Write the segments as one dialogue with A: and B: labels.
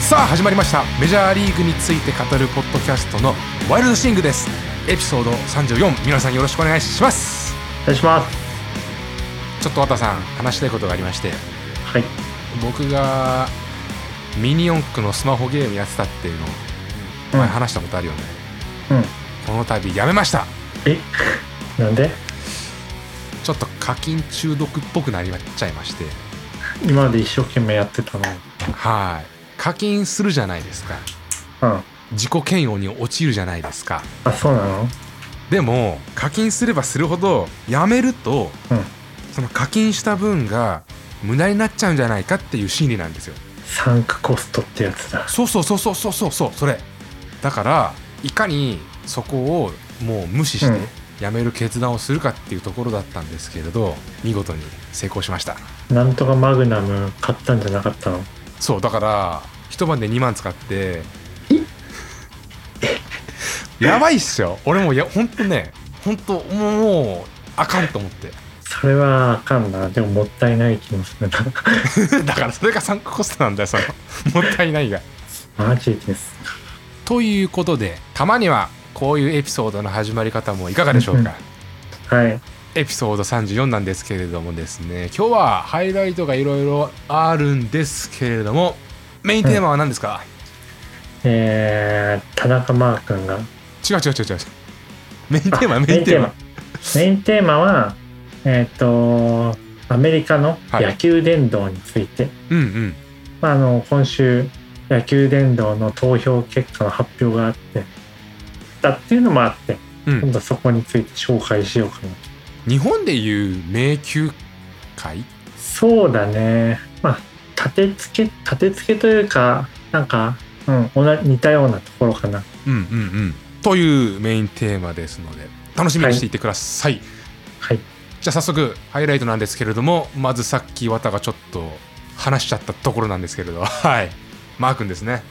A: さあ始まりましたメジャーリーグについて語るポッドキャストの「ワイルドシング」ですエピソード34皆さんよろしくお願いします
B: お願いします
A: ちょっと渡さん話したいことがありまして
B: はい
A: 僕がミニ四駆のスマホゲームやってたっていうのを前話したことあるよね、
B: うん
A: この度やめました
B: え なんで
A: ちょっと課金中毒っぽくなりちゃいまして
B: 今まで一生懸命やってたの
A: はい課金するじゃないですか
B: うん
A: 自己嫌悪に陥るじゃないですか
B: あそうなの
A: でも課金すればするほどやめると
B: うん
A: その課金した分が無駄になっちゃうんじゃないかっていう心理なんですよ
B: 参加コストってやつだ
A: そうそうそうそうそうそうそうそれだからいかにそこをもう無視して
B: うん
A: やめる決断をするかっていうところだったんですけれど見事に成功しました
B: なんとかマグナム買ったんじゃなかったの
A: そうだから一晩で2万使ってやばいっすよ俺もいやほんとねほんともうあかんと思って
B: それはあかんなでももったいない気も するな
A: だからそれがサンクコストなんだよそのもったいないが
B: マジですか
A: ということでたまにはこういうエピソードの始まり方もいかがでしょうか、
B: はい
A: エピソード34なんですけれどもですね今日はハイライトがいろいろあるんですけれどもメインテーマは何ですか、
B: えー、田中マー君が
A: 違う違う違う違うメインテーマ
B: あ
A: メインテーマ
B: メインテーマはえっ、とアメリカの野球殿堂について、
A: うんうん
B: まあ、あの今週野球殿堂の投票結果の発表があってだっていうのもあって
A: う
B: 今
A: ん
B: 度そこについて紹介しようかな
A: 日本でいう迷宮会
B: そうだねまあ立て付け立て付けというかなんか、うん、同じ似たようなところかな
A: うんうんうんというメインテーマですので楽しみにしていてください、
B: はい
A: じゃあ早速ハイライトなんですけれどもまずさっき綿がちょっと話しちゃったところなんですけれど はいマー君ですね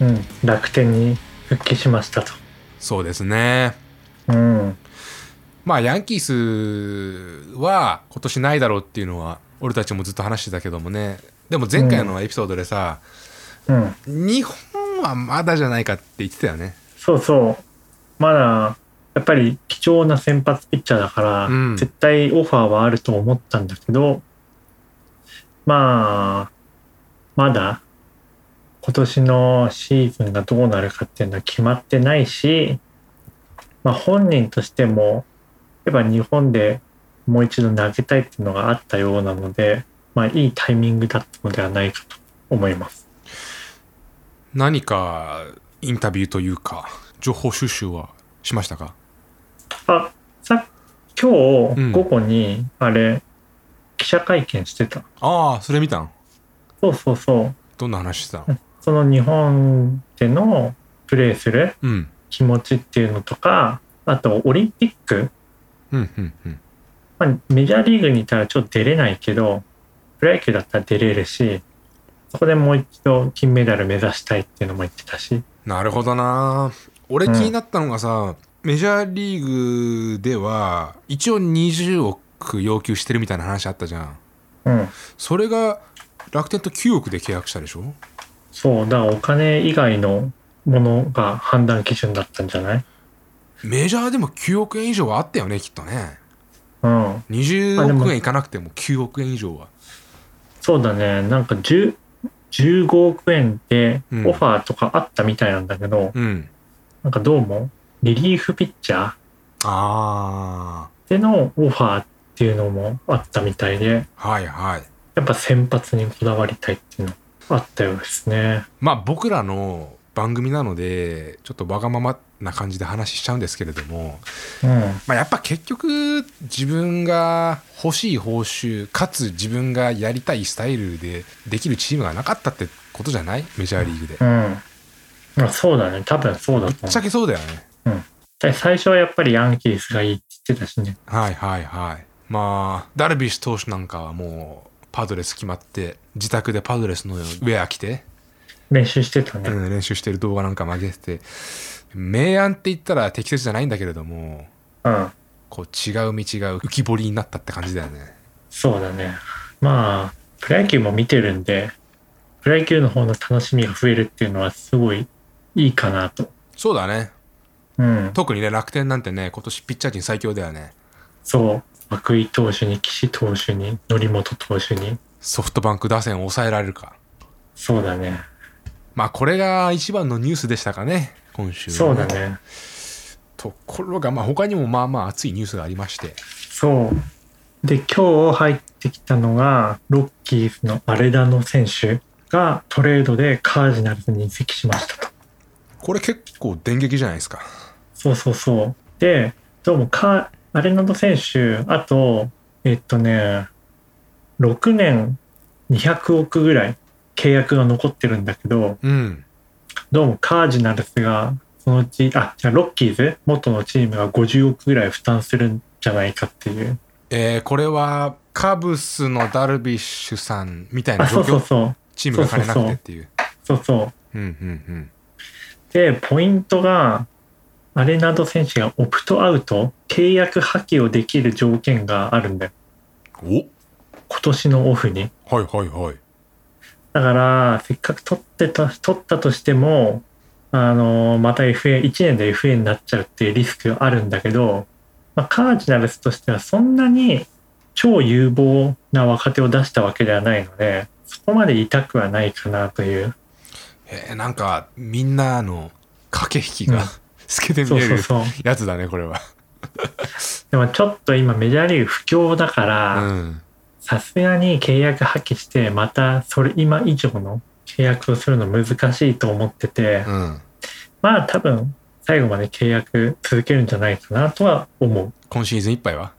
B: うん楽天に復帰しましたと
A: そうですね
B: うん
A: まあヤンキースは今年ないだろうっていうのは俺たちもずっと話してたけどもねでも前回のエピソードでさ、
B: うん
A: 日本はまだじゃないかって言ってたよね
B: そうそうまだやっぱり貴重な先発ピッチャーだから、
A: うん
B: 絶対オファーはあると思ったんだけどまあまだ今年のシーズンがどうなるかっていうのは決まってないし、まあ、本人としてもやっぱ日本でもう一度投げたいっていうのがあったようなので、まあ、いいタイミングだったのではないかと思います。
A: 何かインタビューというか情報収集はしましたか
B: あさ今
A: うん
B: 日午後にあれ、記者会見してた
A: ああそれ見たん
B: そうそうそう
A: どんな話してたの
B: その日本でのプレーする
A: うん
B: 気持ちっていうのとかあとオリンピック、
A: うんうんうん
B: まあ、メジャーリーグにいたらちょっと出れないけどプロ野球だったら出れるしそこでもう一度金メダル目指したいっていうのも言ってたし
A: なるほどな俺気
B: うん
A: になったのがさ、メジャーリーグでは一応20億要求してるみたいな話あったじゃん
B: うん
A: それが楽天と9億で契約したでしょ
B: そうだからお金以外のものが判断基準だったんじゃない
A: メジャーでも9億円以上はあったよねきっとね
B: うんあで
A: 20
B: も
A: 億円いかなくても9億円以上は
B: そうだね、なんか10 15億円で
A: うん
B: オファーとかあったみたいなんだけど、
A: うん
B: なんかどうもリリーフピッチャー
A: あ
B: でのオファーっていうのもあったみたいで、
A: あはいはい
B: やっぱ先発にこだわりたいっていうのあったようですね。
A: まあ僕らの番組なのでちょっとわがままな感じで話しちゃうんですけれども、
B: うん、
A: まあ、やっぱ結局自分が欲しい報酬かつ自分がやりたいスタイルでできるチームがなかったってことじゃないメジャーリーグで。
B: うん。まあそうだね、多分そうだと
A: ぶっ
B: 思
A: ちゃけそうだよね。
B: う。最初はやっぱりヤンキースがいいって言ってたしね。
A: はいはいはい。まあダルビッシュ投手なんかはもうパドレス決まって自宅でパドレスのウェア着て、
B: 練習してたね。
A: うん、練習してる動画なんか曲げてて明暗って言ったら適切じゃないんだけれども
B: うん
A: こう違う道が浮き彫りになったって感じだよね。
B: そうだね。まあ、プロ野球も見てるんで、プロ野球の方の楽しみが増えるっていうのはすごいいいかなと。
A: そうだね。
B: うん。
A: 特にね、楽天なんてね、今年ピッチャー陣最強だよね。
B: そう。涌井投手に岸投手に則本投手に。
A: ソフトバンク打線を抑えられるか。
B: そうだね。
A: まあ、これが一番のニュースでしたかね、今週は
B: そうだ。ね。
A: ところが、まあ、他にもまあまあ熱いニュースがありまして。
B: そう。で、今日入ってきたのが、ロッキーズのアレダノ選手がトレードでカージナルズに移籍しましたと。
A: これ結構電撃じゃないですか。
B: そうそうそう。で、どうもカー、アレナド選手、あと、えっとね、6年200億ぐらい契約が残ってるんだけど、
A: うん。
B: どうもカージナルスが、そのうち、あ、じゃあロッキーズ、元のチームが50億ぐらい負担するんじゃないかっていう。
A: えーこれは、カブスのダルビッシュさんみたい
B: あ、
A: な状
B: そうそう
A: 況、
B: そう。
A: チームが金なくてっていう。
B: そうそう。
A: うんうん
B: で、ポイントが、アレナド選手がオプトアウト、契約破棄をできる条件があるんだよ。
A: うん。
B: 今年のオフに。
A: おはいはいはい。
B: だから、せっかく取ってた、取ったとしても、あの、また FA、1年で FA になっちゃうっていうリスクがあるんだけど、まあ、カージナルスとしてはそんなに超有望な若手を出したわけではないので、そこまで痛くはないかなという。
A: えーなんか、みんなの駆け引きが、
B: うん
A: 透けて
B: そ
A: 見
B: う
A: え
B: そう
A: る
B: そう。
A: やつだね、これは。
B: でもちょっと今メジャーリーグ不況だから、
A: うん。
B: さすがに契約破棄してまたそれ今以上の契約をするの難しいと思ってて
A: うん。
B: まあ多分最後まで契約続けるんじゃないかなとは思う
A: 今シーズンいっぱいは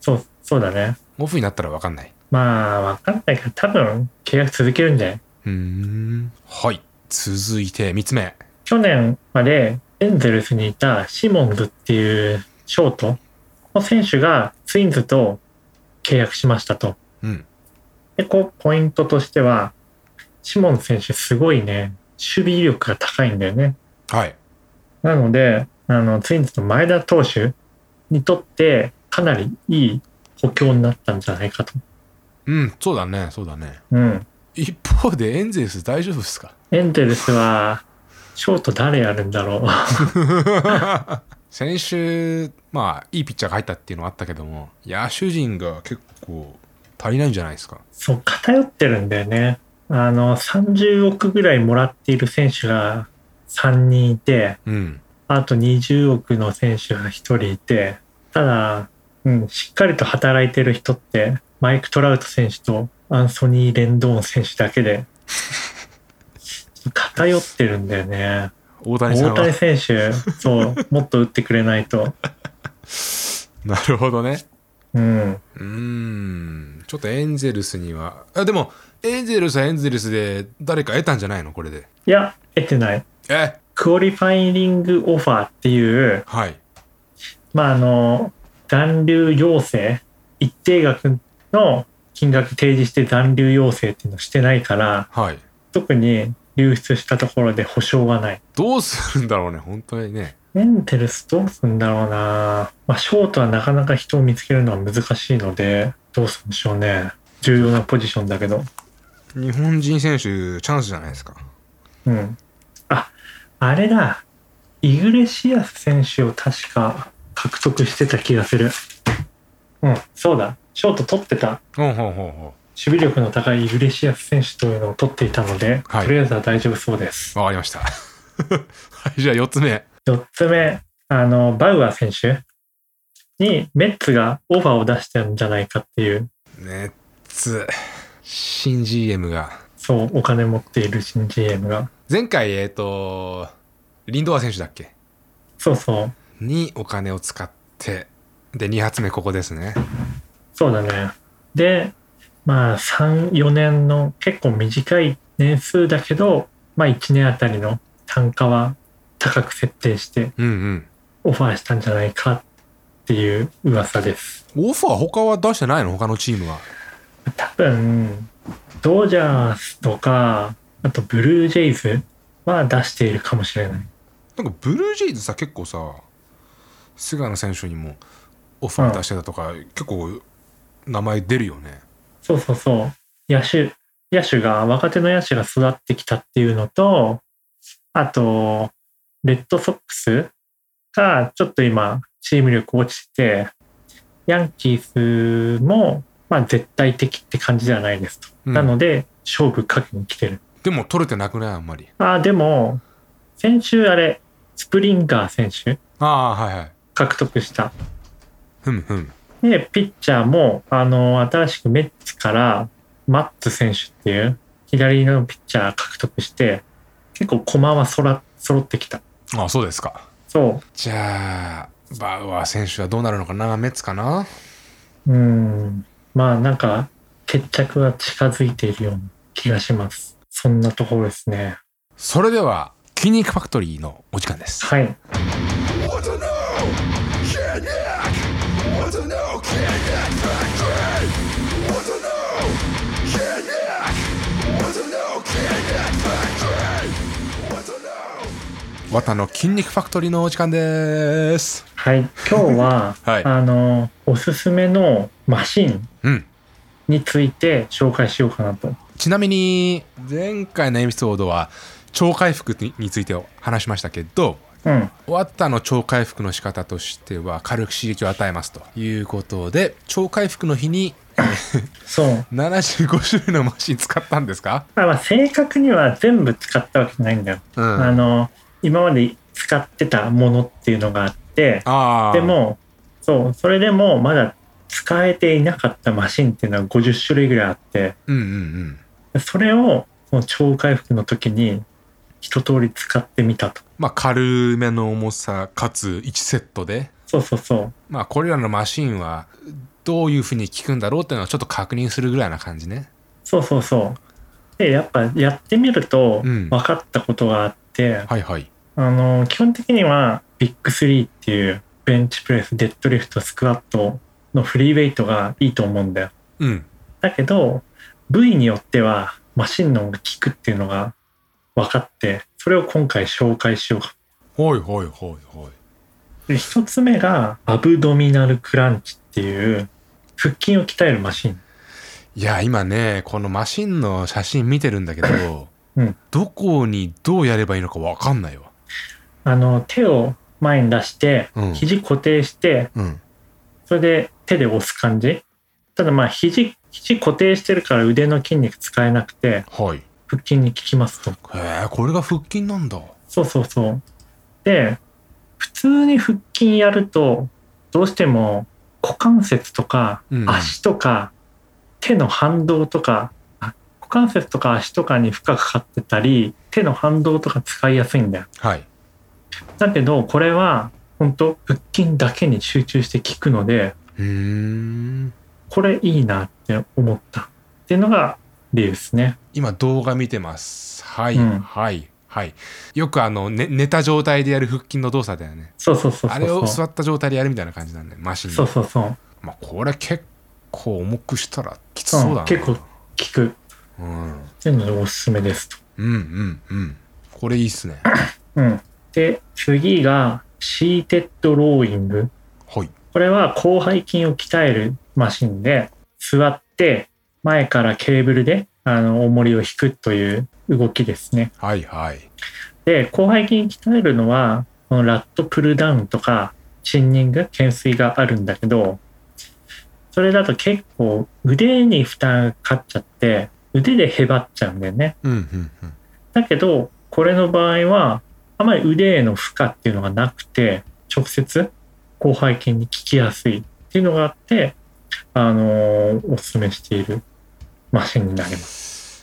B: そうそうだね
A: オフになったら分かんない。
B: まあ分かんないから多分契約続けるんじゃないう
A: ーん。はい。続いて3つ目。
B: 去年までエンゼルスにいたシモンズっていうショートの選手がツインズと契約しましたと
A: うん。
B: で、こう、ポイントとしては、シモン選手すごいね、守備力が高いんだよね。
A: はい。
B: なので、あの、ツインズの前田投手にとって、かなりいい補強になったんじゃないかと。
A: うん、そうだね、そうだね。
B: うん。
A: 一方でエンゼルス大丈夫ですか
B: エンゼルスは、ショート誰やるんだろう。
A: 先週、まあ、いいピッチャーが入ったっていうのはあったけども、野手陣が結構足りないんじゃないですか。
B: そう、偏ってるんだよね。あの、30億ぐらいもらっている選手が3人いて、
A: うん。
B: あと20億の選手が1人いて、ただ、うん、しっかりと働いてる人って、マイク・トラウト選手とアンソニー・レンドーン選手だけで、 偏ってるんだよね。
A: 大谷さ
B: 大
A: んは。
B: 谷選手、そう、もっと打ってくれないと。
A: なるほどね。
B: うん。
A: うーん。ちょっとエンゼルスには。あ、でも、エンゼルスはエンゼルスで誰か得たんじゃないのこれで。
B: いや、得てない。
A: え
B: クオリファイリング・オファーっていう、
A: はい。
B: まあ、あの、残留要請、一定額の金額提示して残留要請っていうのをしてないから、
A: はい。
B: 特に流出したところで保証はない。
A: どうするんだろうね、本当にね。
B: メンテルスどうすんだろうなまあ、ショートはなかなか人を見つけるのは難しいので、どうするんでしょうね。重要なポジションだけど。
A: 日本人選手、チャンスじゃないですか。
B: うん。あ、あれだ。イグレシアス選手を確か獲得してた気がする。うん、そうだ。ショート取ってた。
A: ほうほうほうほ
B: 守備力の高いイグレシアス選手というのを取っていたので、
A: はい
B: とりあえずは大丈夫そうです。
A: う。わかりました。 はい、じゃあ4つ目。
B: 4つ目、あの、バウアー選手にメッツがオファーを出してるんじゃないかっていう、
A: ねつ新 GM が
B: そう、お金持っている新 GM が。
A: 前回えっ、とリンドア選手だっけ
B: そうそう、
A: にお金を使ってで2発目ここですね
B: そうだね。で、まあ、3、4年の結構短い年数だけど、まあ、1年あたりの単価は高く設定して
A: うん
B: オファーしたんじゃないかっていう噂です。
A: うんオファー他は出してないの他のチームは
B: 多分ドジャースとかあとブルージェイズは出しているかもしれない
A: なんかブルージェイズさ結構さ菅野選手にもオファー出してたとか、結構名前出るよね
B: そうそうそう野手野手が、若手の野手が育ってきたっていうのと、あと、レッドソックスがちょっと今、チーム力落ちて、ヤンキースも、まあ、絶対的って感じではないですと。
A: うん
B: なので、勝負かけに来てる。
A: でも取れてなくないあんまり
B: ああ、でも、先週あれ、スプリンガー選手
A: ああーはいはい
B: 獲得した。
A: ふむふむ
B: で、ピッチャーも、あの、新しくメッツから、マッツ選手っていう、左のピッチャー獲得して、結構駒はそら、揃ってきた。
A: ああそうですか
B: そ
A: じゃあバウアー選手はどうなるのかなメッツかな
B: う。うん。まあ、なんか、決着が近づいているような気がします。そんなところですね。
A: それでは筋肉ファクトリーのお時間です
B: はい。
A: 綿の筋肉ファクトリーのお時間です、
B: はい。今日は
A: はい
B: あの、おすすめのマシン
A: うん
B: について紹介しようかなと。
A: ちなみに前回のエピソードは超回復について話しましたけど
B: うん。
A: ワッタの超回復の仕方としては軽く刺激を与えますということで超回復の日に
B: そう。
A: 75種類のマシン使ったんですか
B: まあ、まあ正確には全部使ったわけじゃないんだよ。
A: うん
B: あの今まで使ってたものっていうのがあって
A: あー
B: でもそうそれでもまだ使えていなかったマシンっていうのは50種類ぐらいあって
A: うんうんうん
B: それをその超回復の時に一通り使ってみたと
A: まあ軽めの重さかつ1セットで
B: そうそうそう
A: まあこれらのマシンはどういうふうに効くんだろうっていうのをちょっと確認するぐらいな感じね
B: そうそうそうでやっぱやってみると
A: うん
B: 分かったことがあって、
A: はいはい
B: あの基本的にはビッグ3っていうベンチプレスデッドリフトスクワットのフリーウェイトがいいと思うんだよ
A: うん
B: だけど部位によってはマシンの音が効くっていうのが分かってそれを今回紹介しようか
A: ほいほいほいほい
B: で一つ目がアブドミナルクランチっていう腹筋を鍛えるマシン
A: いや今ねこのマシンの写真見てるんだけど、
B: うん
A: どこにどうやればいいのかわかんないわ
B: あの手を前に出して
A: うん
B: 肘固定して
A: うん
B: それで手で押す感じただまあ肘肘固定してるから腕の筋肉使えなくて
A: はいへ
B: 腹筋に効きますと
A: えこれが腹筋なんだ
B: そうそうそう。で、普通に腹筋やると、どうしても股関節とか
A: うん
B: 足とか手の反動とか、あ股関節とか足とかに負荷かかってたり、手の反動とか使いやすいんだよ。
A: はい
B: だけど、これは本当腹筋だけに集中して効くので、
A: うーん
B: これいいなって思ったっていうのが理由ですね。
A: 今動画見てますはい、
B: うん
A: はいはいよくあの、ね、寝た状態でやる腹筋の動作だよね
B: そうそうそうそうそ
A: あ
B: う。
A: れを座った状態でやるみたいな感じなんだよマシン
B: そうそうそう。
A: まあこれ結構重くしたらきつそうだな、
B: ん、結構効くっ
A: うん
B: ていうのでおすすめですと。
A: うんうんうんこれいいっす ね
B: うん、で次がシーテッドローイング
A: はい
B: これは広背筋を鍛えるマシンで座って前からケーブルであの重りを引くという動きですね
A: はいはい
B: で広背筋鍛えるのはこのラットプルダウンとかチンニング懸垂があるんだけどそれだと結構腕に負担がかかっちゃって腕でへばっちゃうんだよね
A: うんうんうん
B: だけど、これの場合は、あまり腕への負荷っていうのがなくて、直接、広背筋に効きやすいっていうのがあって、あのーおすすめしているマシンになります。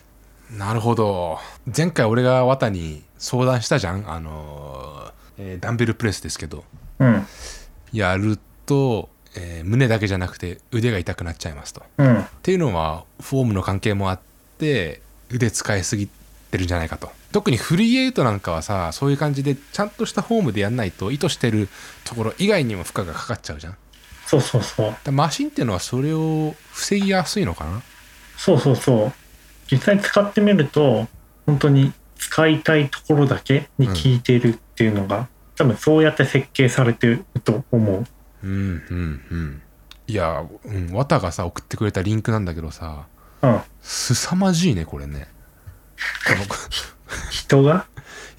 A: なるほど前回俺が綿に相談したじゃんあのー、えーダンベルプレスですけど
B: うん、
A: やると、えー胸だけじゃなくて腕が痛くなっちゃいますとっ
B: うん、
A: ていうのはフォームの関係もあって腕使いすぎてるんじゃないかと特にフリーエイトなんかはさそういう感じでちゃんとしたフォームでやんないと意図してるところ以外にも負荷がかかっちゃうじゃんだか
B: そうそうそう。
A: らマシンっていうのはそれを防ぎやすいのかな
B: そうそうそう。実際使ってみると、本当に使いたいところだけに効いているっていうのが、多分そうやって設計されてると思う。
A: うんうんうんいや、うん、綿がさ送ってくれたリンクなんだけどさ
B: うん。
A: 凄まじいねこれねこの
B: 人が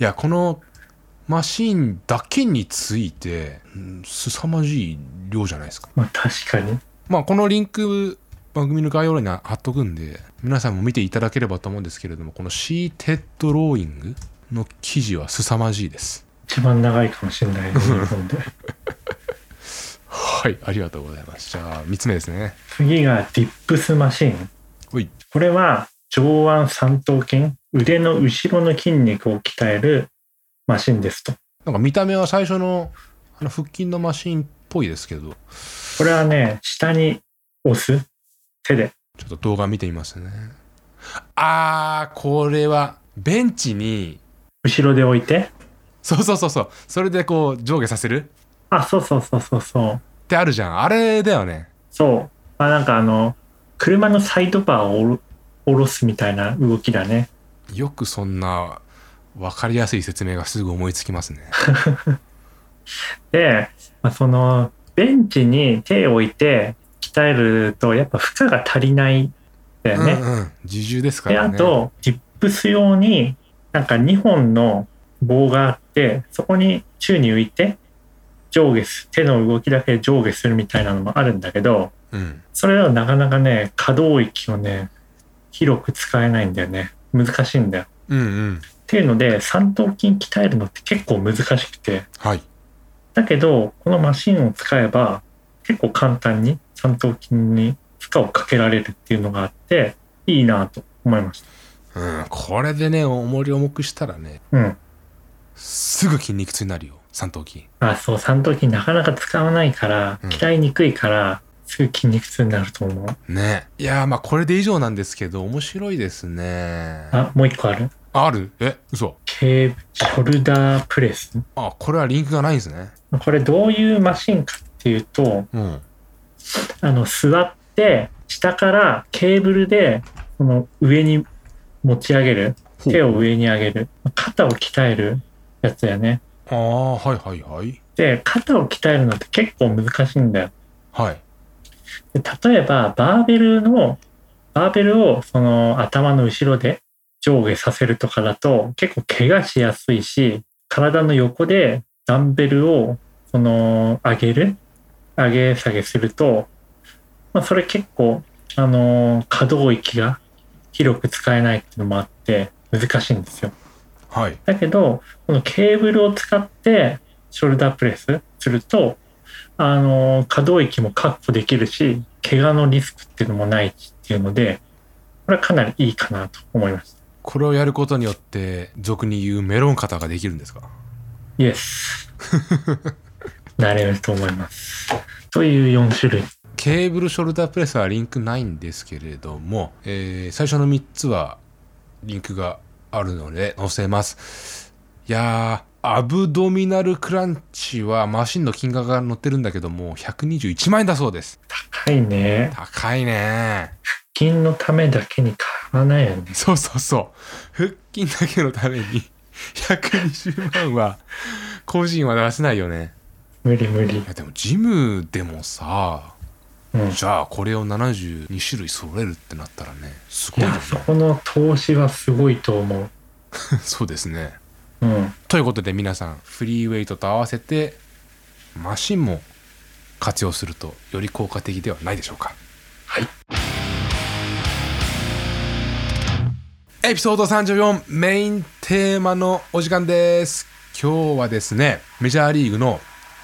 A: いやこのマシーンだけについてうん凄まじい量じゃないですか
B: まあ確かに。
A: まあこのリンク番組の概要欄に貼っとくんで皆さんも見ていただければと思うんですけれどもこのシーテッドローイングの記事は凄まじいです
B: 一番長いかもしれないね、日本で。
A: はいありがとうございますじゃあ3つ目ですね
B: 次がディップスマシン。
A: ほい
B: これは上腕三頭筋、腕の後ろの筋肉を鍛えるマシンですと。
A: なんか見た目は最初のあの腹筋のマシーンっぽいですけど
B: これはね、下に押す。手で。
A: ちょっと動画見てみますねあーこれはベンチに
B: 後ろで置いて。
A: そうそうそうそうそれでこう上下させる
B: あ、そうそうそうそうそう。
A: ってあるじゃんあれだよね
B: そう。まあなんかあの、車のサイドバーを下ろ下ろすみたいな動きだね。
A: よくそんな分かりやすい説明がすぐ思いつきますね
B: で、まあ、そのベンチに手を置いて鍛えるとやっぱ負荷が足りないんだよね。
A: うんうん、自重ですか
B: で
A: ら
B: あ
A: ね
B: とディップス用になんか2本の棒があってそこに宙に浮いて上下す手の動きだけで上下するみたいなのもあるんだけど
A: うん、
B: それはなかなかね可動域をね広く使えないんだよね難しいんだよ。っ
A: うんうん
B: ていうので三頭筋鍛えるのって結構難しくて
A: はい
B: だけど、このマシンを使えば、結構簡単に三頭筋に負荷をかけられるっていうのがあって、いいなと思いました。
A: うん、これでね重り重くしたらね
B: うん。
A: すぐ筋肉痛になるよ三頭筋
B: あ、そう、三頭筋なかなか使わないから、
A: うん
B: 鍛えにくいから、すぐ筋肉痛になると思う。
A: ねいやーまあこれで以上なんですけど面白いですね
B: あ、もう一個ある。
A: あるえ嘘
B: ケーブ、ショルダープレス。
A: あこれはリンクがないんですね
B: これどういうマシンかっていうと、
A: うん
B: あの、座って、下からケーブルで、この上に持ち上げる。
A: ほう
B: 手を上に上げる。肩を鍛えるやつだよね。
A: ああはいはいはい
B: で肩を鍛えるのって結構難しいんだよ
A: はい
B: で例えばバーベルのバーベルをその頭の後ろで上下させるとかだと結構怪我しやすいし体の横でダンベルをその上げる上げ下げすると、まあ、それ結構あの可動域が広く使えないっていうのもあって難しいんですよ
A: はい
B: だけど、このケーブルを使ってショルダープレスすると、あの、可動域も確保できるし、怪我のリスクっていうのもないっていうので、これはかなりいいかなと思いました。
A: これをやることによって俗に言うメロン肩ができるんですか
B: イエ ス。なれると思います。という4種類。
A: ケーブルショルダープレスはリンクないんですけれども、えー最初の3つはリンクがあるので載せますいやーアブドミナルクランチはマシンの金額が載ってるんだけども121万円だそうです
B: はいね。
A: 高いね
B: 腹筋のためだけに買わないよね。
A: そうそうそう腹筋だけのために120万は個人は出せないよね
B: 無理無理
A: い。やでもジムでもさ
B: うん。い
A: じゃあこれを72種類揃えるってなったらねすごいよね
B: や、そこの投資はすごいと思う。
A: そうですね。
B: うん。
A: ということで皆さんフリーウェイトと合わせてマシンも活用するとより効果的ではないでしょうか。
B: はい。
A: エピソード34メインテーマのお時間です。今日はですねメジャーリーグの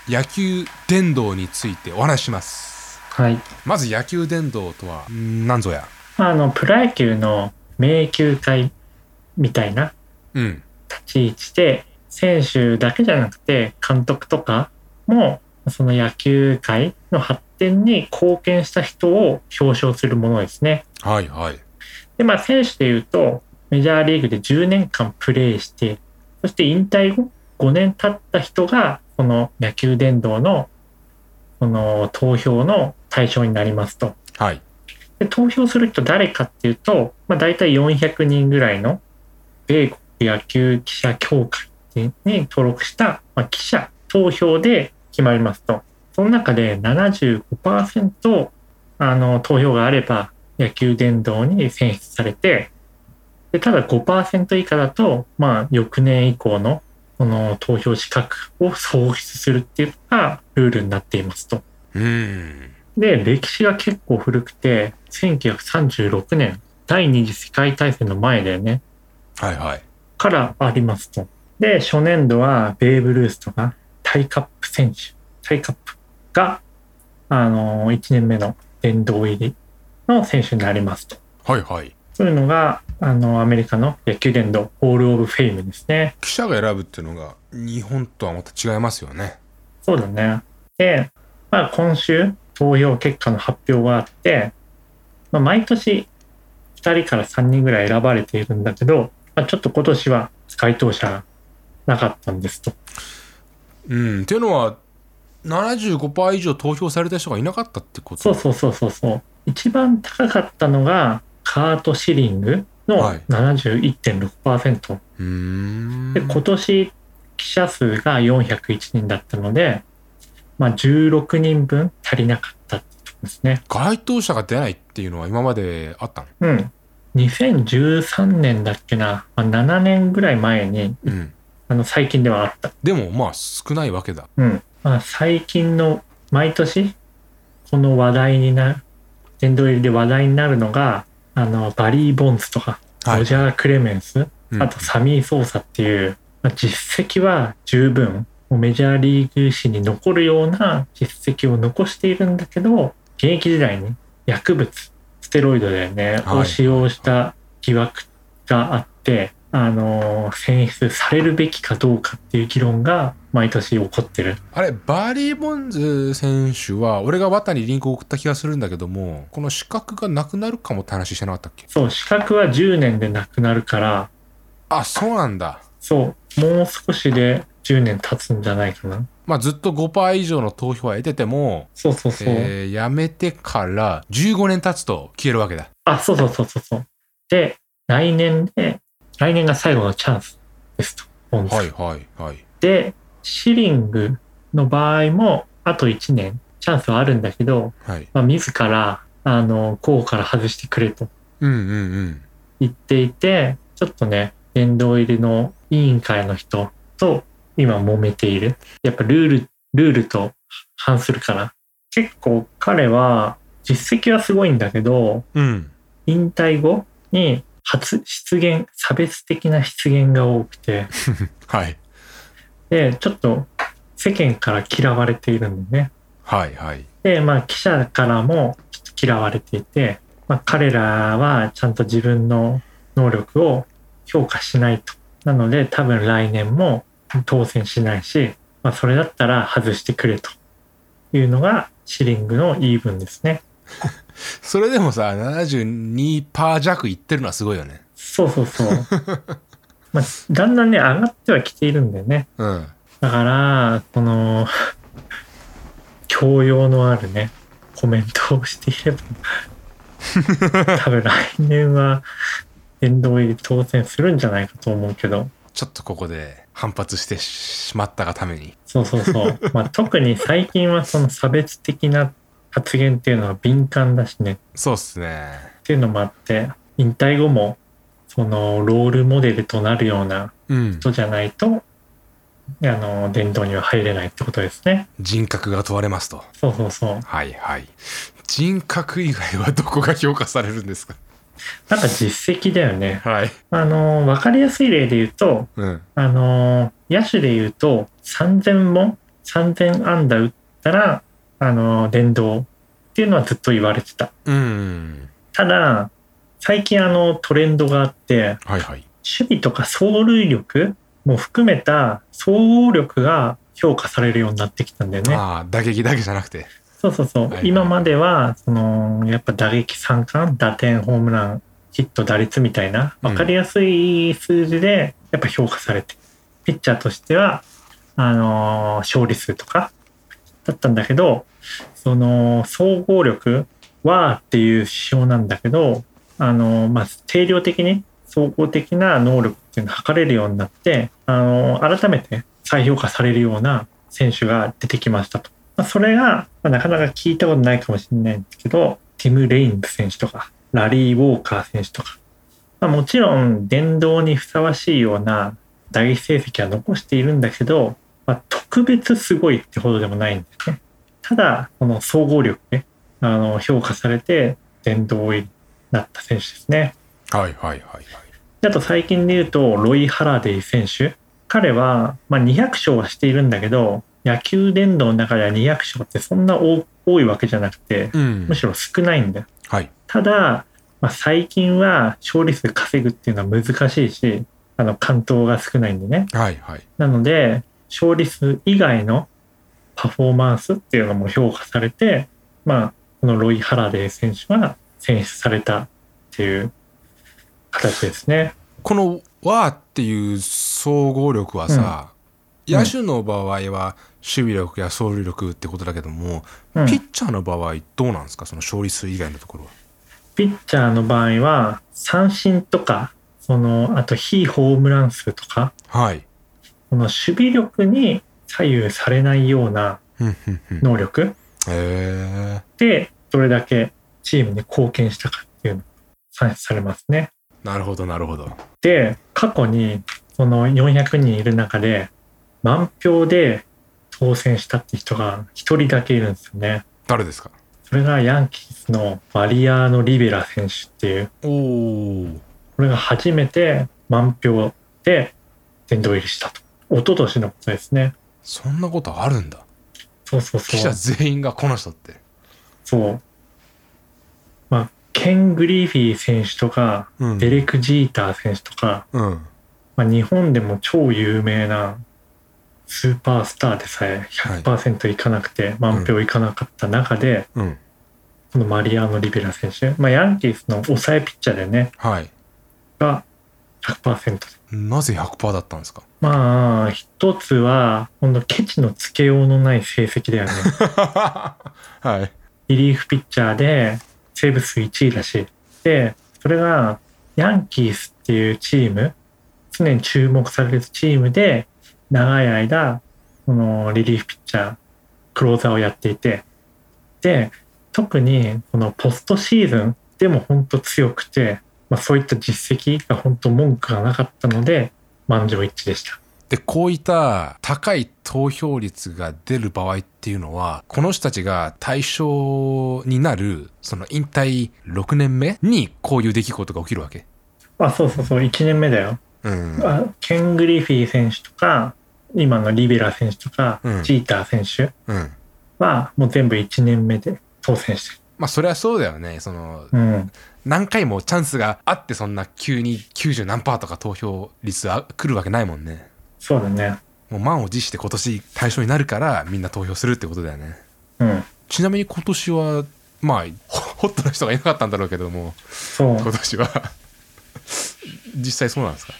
A: 野球殿堂についてお話しします。
B: はい。
A: まず野球殿堂とはんー何ぞや。
B: あの、プロ野球の名球会みたいな
A: うん。
B: 立ち位置で、選手だけじゃなくて、監督とかも、その野球界の発展に貢献した人を表彰するものですね。
A: はいはい。
B: で、まあ、選手でいうと、メジャーリーグで10年間プレーして、そして引退後、5年経った人が、この野球殿堂の、この投票の対象になりますと。
A: はい。
B: で投票する人誰かっていうと、まあ、大体400人ぐらいの米国野球記者協会に登録した、まあ、記者投票で決まりますとその中で75%あの投票があれば野球殿堂に選出されて、でただ5%以下だと、まあ、翌年以降のこの投票資格を喪失するっていうのがルールになっていますと。
A: うん。
B: で、歴史が結構古くて、1936年、第二次世界大戦の前だよね、
A: はいはい。
B: からありますと。で、初年度はベーブ・ルースとか、タイカップ選手、タイカップが、あの、1年目の殿堂入りの選手になりますと。
A: はいはい。
B: そういうのが、あの、アメリカの野球殿堂、ホール・オブ・フェイムですね。
A: 記者が選ぶっていうのが日本とはまた違いますよね。
B: そうだね。で、まあ、今週、投票結果の発表があって、まあ、毎年2人から3人ぐらい選ばれているんだけど、まあ、ちょっと今年は回答者がなかったんですと。
A: うん。っていうのは75%以上投票された人がいなかったってこと
B: そうそうそうそうそう。一番高かったのが、カート・シリング
A: は
B: の
A: い
B: 71.6%。
A: うーん。
B: で、今年、記者数が401人だったので、まあ、16人分足りなかったってことですね。
A: 該当者が出ないっていうのは今まであったの
B: うん。2013年だっけな、まあ、7年ぐらい前に、
A: うん。
B: あの、最近ではあった。
A: でもまあ少ないわけだ。
B: うん。まあ、最近の、毎年、この話題になる、殿堂入りで話題になるのが、あの、バリー・ボンズとか、ロジャー・クレメンス、
A: うん
B: あとサミー・ソーサっていう、まあ、実績は十分、もうメジャーリーグ史に残るような実績を残しているんだけど、現役時代に薬物、ステロイドだよね、
A: はい
B: を使用した疑惑があって、あのー選出されるべきかどうかっていう議論が毎年起こってる。
A: あれ、バーリー・ボンズ選手は、俺が渡にリンクを送った気がするんだけども、この資格がなくなるかもって話してなかったっけ
B: そう、資格は10年でなくなるから、
A: あ、そうなんだ。
B: そう、もう少しで10年経つんじゃないかな。
A: まあ、ずっと5%以上の投票は得てても、
B: そうそうそう。
A: えー、やめてから15年経つと消えるわけだ。
B: あ、そうそうそうそうそう。で、来年で、来年が最後のチャンスですと。ボンズ
A: はいはいはい。
B: で、シリングの場合も、あと1年、チャンスはあるんだけど、
A: はい。
B: まあ、自ら、あの、候補から外してくれと
A: うんうんうん。
B: 言っていて、ちょっとね、殿堂入りの委員会の人と今揉めている。やっぱルール、ルールと反するから。結構彼は、実績はすごいんだけど、
A: うん。
B: 引退後に初出現差別的な出現が多くて
A: はい。
B: でちょっと世間から嫌われているんでね
A: はいはい。
B: でまあ記者からもちょっと嫌われていて、まあ、彼らはちゃんと自分の能力を評価しないとなので多分来年も当選しないし、まあ、それだったら外してくれというのがシリングの言い分ですね
A: それでもさ、72%弱いってるのはすごいよね。
B: そうそうそうまあだんだんね上がってはきているんだよね
A: うん。
B: だから、この、教養のあるね、コメントをしていれば、多分来年は殿堂入り当選するんじゃないかと思うけど、
A: ちょっとここで反発してしまったがために。
B: そうそうそう。まあ、特に最近はその差別的な発言っていうのは敏感だしね、
A: そうっすね。
B: っていうのもあって、引退後も、そのロールモデルとなるような
A: うん。
B: 人じゃないと、あの、殿堂には入れないってことですね。
A: 人格が問われますと。
B: そうそうそう。
A: はいはい。人格以外はどこが評価されるんですか
B: なんか実績だよね。
A: はい。
B: あの、わかりやすい例で言うと、
A: うん。
B: あの、野手で言うと、3000本、3000安打打ったら、あの、電動っていうのはずっと言われてた。
A: うん。
B: ただ、最近あの、トレンドがあって、
A: はいはい。
B: 守備とか走塁力も含めた総合力が評価されるようになってきたんだよね。
A: ああ、打撃だけじゃなくて。
B: そうそうそう、
A: はいはい
B: 今まではそのやっぱ打撃三冠打点ホームランヒット打率みたいな
A: うん
B: 分かりやすい数字でやっぱ評価されて、ピッチャーとしてはあのー勝利数とかだったんだけどその総合力はっていう指標なんだけどあのーまあ定量的に総合的な能力っていうのを測れるようになってあのー改めて再評価されるような選手が出てきましたと。まあ、それが、まあ、なかなか聞いたことないかもしれないんですけど、ティム・レインズ選手とか、ラリー・ウォーカー選手とか、まあ、もちろん殿堂にふさわしいような大成績は残しているんだけど、まあ、特別すごいってほどでもないんですね。ただ、この総合力ね、あの評価されて殿堂になった選手ですね。
A: はいはいはいはい。
B: であと最近で言うと、ロイ・ハラデイ選手。彼は、まあ、200勝はしているんだけど、野球殿堂の中では200勝ってそんな多多いわけじゃなくて、
A: うん
B: む。しろ少ないんだよ。
A: はい。
B: ただ、まあ、最近は勝利数稼ぐっていうのは難しいし、あの、関東が少ないんでね。
A: はいはい。
B: なので、勝利数以外のパフォーマンスっていうのも評価されて、まあ、このロイ・ハラデー選手は選出されたっていう形ですね。
A: この「わ」っていう総合力はさ、
B: うん
A: 野手の場合は守備力や走塁力ってことだけども、
B: うん
A: ピッチャーの場合どうなんですかその勝利数以外のところは。
B: ピッチャーの場合は、三振とか、その、あと非ホームラン数とか、
A: はい。
B: この守備力に左右されないような
A: ふんふんふんへ
B: 能力、
A: え
B: でどれだけチームに貢献したかっていうのが算出されますね。
A: なるほどなるほど。
B: で過去にその400人いる中で満票で当選したって人が一人だけいるんですよね。
A: 誰ですか
B: それがヤンキースのマリアーノ・リベラ選手っていう
A: おお。
B: これが初めて満票で殿堂入りしたと。一昨年のことですね。
A: そんなことあるんだ。
B: そうそう
A: 記
B: そ
A: 者
B: う。
A: 全員がこの人って。
B: そう。まあ、ケン・グリーフィー選手とか、
A: うん
B: デレック・ジーター選手とか、
A: うん。
B: まあ、日本でも超有名なスーパースターでさえ100%いかなくて満票いかなかった中で、
A: うん。
B: このマリアーノ・リベラ選手、まあ、ヤンキースの抑えピッチャーだよね
A: はい。
B: が100%で
A: なぜ100%だったんですか
B: まあ一つはほんとケチのつけようのない成績だよね
A: はい。
B: リリーフピッチャーでセーブ数1位だしでそれがヤンキースっていうチーム常に注目されるチームで長い間このリリーフピッチャークローザーをやっていてで特にこのポストシーズンでも本当強くて、まあ、そういった実績が本当文句がなかったので満場一致でした。
A: でこういった高い投票率が出る場合っていうのはこの人たちが対象になるその引退6年目にこういう出来事が起きるわけ。
B: あそうそうそう1年目だよ
A: うん、
B: あケン・グリフィー選手とか今のリベラ選手とか、
A: うん
B: ジーター選手
A: うん、
B: はもう全部1年目で当選して
A: まあそれはそうだよねその
B: る、うん、
A: 何回もチャンスがあってそんな急に90何パーとか投票率は来るわけないもんね。
B: そうだね
A: もう満を持して今年対象になるからみんな投票するってことだよね。
B: うん
A: ちなみに今年はまあホ ホットな人がいなかったんだろうけども。
B: そう、
A: 今年は実際そうなんですか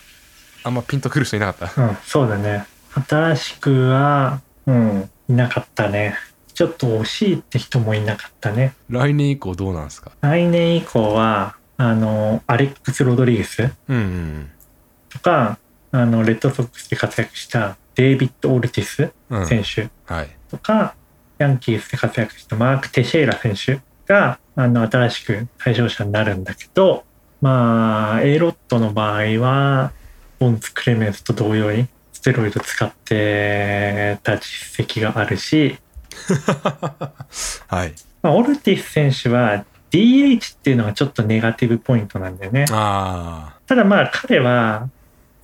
A: あんまピンとくる人いなかった
B: うん、そうだね新しくはうんいなかったねちょっと惜しいって人もいなかったね
A: 来年以降どうなんですか
B: 来年以降はあのアレックス・ロドリゲス
A: うんうん
B: とかあのレッドソックスで活躍したデイビッド・オルティス
A: うんうん
B: 選手、
A: はい
B: とか、ヤンキースで活躍したマーク・テシェイラ選手が、あの、新しく対象者になるんだけど、まあ、A ロットの場合は、ボンツ・クレメンスと同様に、ステロイド使ってた実績があるし、
A: はい
B: まあ、オルティス選手は DH っていうのがちょっとネガティブポイントなんだよね。
A: あ
B: ただまあ、彼は、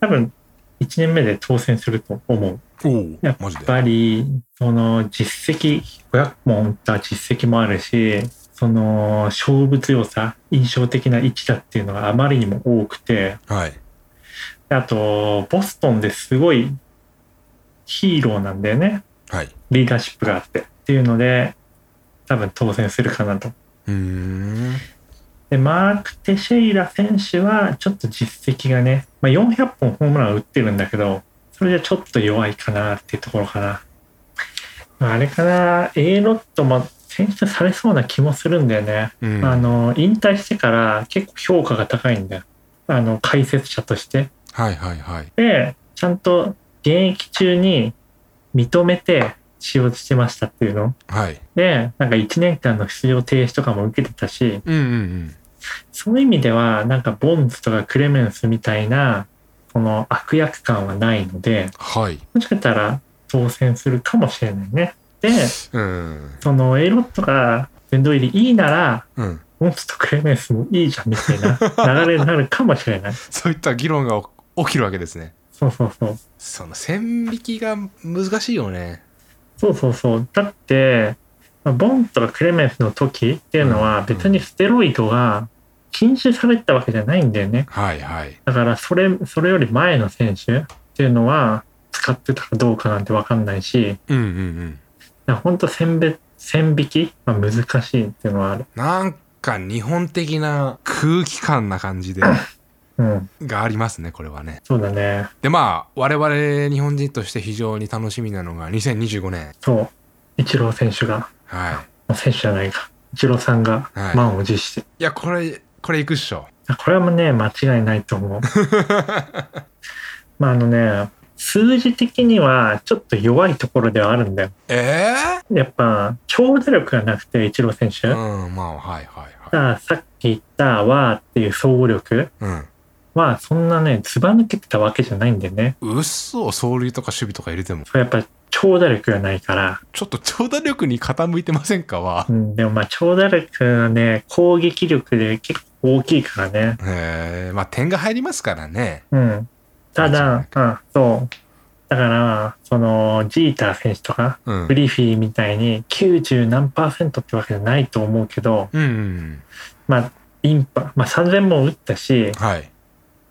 B: 多分、1年目で当選すると思う。
A: あおお
B: やっ
A: マジで
B: ぱりその実績500本打った実績もあるしその勝負強さ印象的な一打っていうのがあまりにも多くて
A: はい
B: あとボストンですごいヒーローなんだよね
A: はい
B: リーダーシップがあってっていうので多分当選するかなと。
A: うーん
B: でマーク・テシェイラ選手はちょっと実績がね、まあ、400本ホームラン打ってるんだけどそれじゃちょっと弱いかなっていうところかな、まあ、あれかな A ロットも選出されそうな気もするんだよね、
A: うん
B: あの引退してから結構評価が高いんだよあの解説者として
A: はいはいはい
B: でちゃんと現役中に認めて使用してましたっていうの
A: はい
B: でなんか1年間の出場停止とかも受けてたし
A: うんうんうん
B: その意味ではなんかボンズとかクレメンスみたいなこの悪役感はないので
A: はい。
B: もしかしたら当選するかもしれないね。で
A: うん。
B: そのエロとか殿堂入りいいなら
A: うん。
B: ボンズとクレメンスもいいじゃんみたい な流れになるかもしれない。
A: そういった議論が起きるわけですね。
B: そうそうそう
A: その線引きが難しいよね。
B: そうそうそう。だって、まあボンとかクレメンスの時っていうの
A: う
B: は
A: ん
B: 別にステロイドが禁止されてたわけじゃないんだよね。
A: はいはい。
B: だからそれ、それより前の選手っていうのは使ってたかどうかなんてわかんないし、
A: うんうんうん。
B: だからほんと線べ線引き、まあ、難しいっていうのはある。
A: なんか日本的な空気感な感じで、
B: うん。
A: がありますね、これはね。
B: そうだね。
A: で、まあ、我々日本人として非常に楽しみなのが2025年。
B: そう。一郎選手が、
A: はい。
B: まあ選手じゃないか。一郎さんが
A: はい
B: 満を持して。
A: いや、これ、これいくっしょ。
B: これはもうね、間違いない と思う。まああのね、数字的にはちょっと弱いところではあるんだよ。
A: え
B: やっぱ、強打力がなくて、イチロー選手。
A: え
B: だか
A: うん、まあ、はいはいはい。
B: らさっき言った、わーっていう総合力
A: うん。
B: は、そんなね、ずば抜けてたわけじゃないんだよね。
A: うっそ、走塁とか守備とか入れても、
B: それやっぱ、長打力がないから。
A: ちょっと長打力に傾いてませんかは
B: う。ん、でもまあ、長打力はね、攻撃力で結構大きいからね。
A: えー、まあ、点が入りますからね。
B: うん。ただ、うん、そう。だから、その、ジーター選手とか、
A: うん。う
B: グ
A: ん
B: リフィーみたいに90何パーセントってわけじゃないと思うけど、
A: うんうん。
B: まあ、インパ、まあ、3000も打ったし、
A: はい。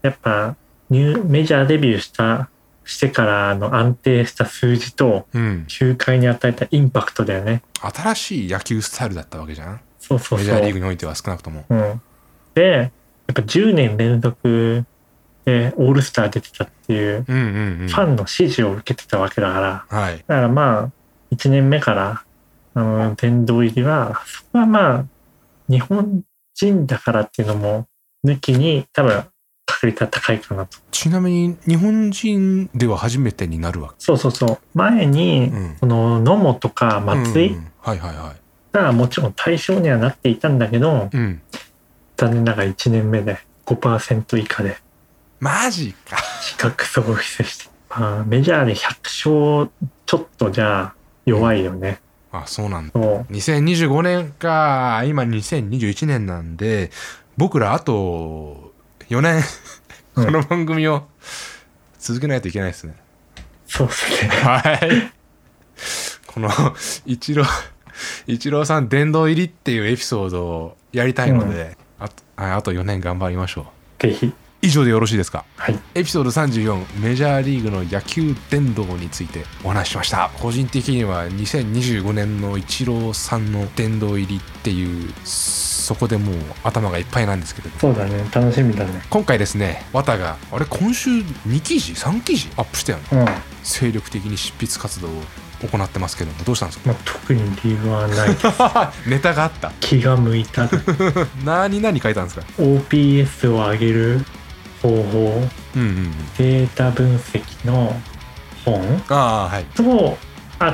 B: やっぱニュー、メジャーデビューした、してからの安定した数字と、
A: うん。
B: 球界に与えたインパクトだよね。
A: 新しい野球スタイルだったわけじゃん。
B: そうそう
A: メジ
B: そ
A: ャーリー
B: う。
A: グにおいては少なくとも。
B: うん、で、やっぱ10年連続でオールスター出てたっていう、
A: うんうんうん。
B: ファンの支持を受けてたわけだから、
A: はい。
B: だからまあ、1年目から、あの、殿堂入りは、そこはまあ、日本人だからっていうのも抜きに、多分、確率は高いかなと。
A: ちなみに、日本人では初めてになるわ
B: そうそうそう。前に
A: け。う、ん。
B: この、野茂とか松
A: う
B: 井
A: んうんはいはいは
B: がもちろん対象にはなっていたんだけど、
A: い。うん。
B: 残念ながら1年目で5%以下で、
A: マジか。
B: 資格喪失して。まあ、メジャーで100勝ちょっとじゃ弱いよね。
A: あ、そうなんだ。
B: そう。
A: 2025年か。今2021年なんで、僕らあと4年、
B: う
A: こ
B: ん
A: の番組を続けないといけないですね。
B: そうっすね。
A: はい。この、一郎、一郎さん殿堂入りっていうエピソードをやりたいので、あとはいあと4年頑張りましょう。
B: ぜひ。
A: 以上でよろしいですか
B: はい。
A: エピソード34メジャーリーグの野球殿堂についてお話ししました個人的には2025年のイチローさんの殿堂入りっていうそこでもう頭がいっぱいなんですけれど
B: そうだね。楽しみだね。
A: 今回ですね綿があれ今週2記事3記事アップしたよね
B: うん。
A: 精力的に執筆活動を行ってますけどもどうしたんです
B: まあ、特に理由はない
A: か ネタがあった
B: 気が向いた
A: 何何書いたんですか
B: OPS を上げる方法
A: うんうんうん
B: データ分析の本
A: ああはい
B: とあ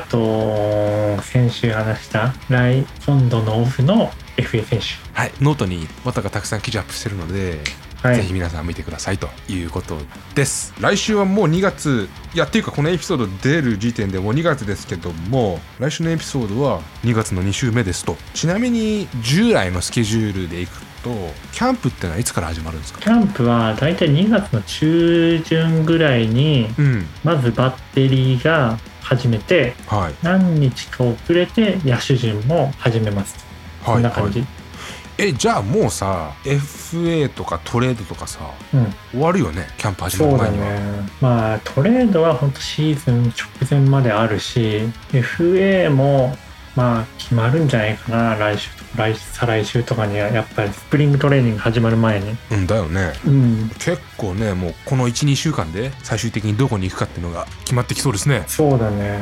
B: と先週話した来今度のオフの FA 選手
A: はいノートに綿がたくさん記事アップしてるので
B: は
A: ぜひ
B: い
A: 皆さん見てくださいということです来週はもう2月いやっていうかこのエピソード出る時点でもう2月ですけども来週のエピソードは2月の2週目ですとちなみに従来のスケジュールでいくとキャンプってのはいつから始まるんですか
B: キャンプはだいたい2月の中旬ぐらいに
A: うん
B: まずバッテリーが始めて
A: はい
B: 何日か遅れて野手陣も始めますこ
A: は
B: ん
A: い
B: な感
A: は
B: じ、
A: いえじゃあもうさ FA とかトレードとかさ
B: うん
A: 終わるよねキャンプ始ま
B: そ
A: る
B: う
A: 前
B: だ
A: には、
B: ねまあトレードは本当シーズン直前まであるし FA もまあ決まるんじゃないかな来週と来再来週とかにはやっぱりスプリングトレーニング始まる前に
A: うんだよね
B: うん
A: 結構ねもうこの12週間で最終的にどこに行くかっていうのが決まってきそうですね
B: そうだね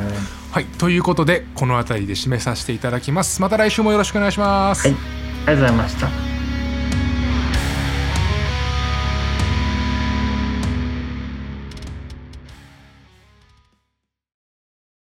A: はい、ということでこの辺りで締めさせていただきます。また来週もよろしくお願いします。
B: はいありがとうございました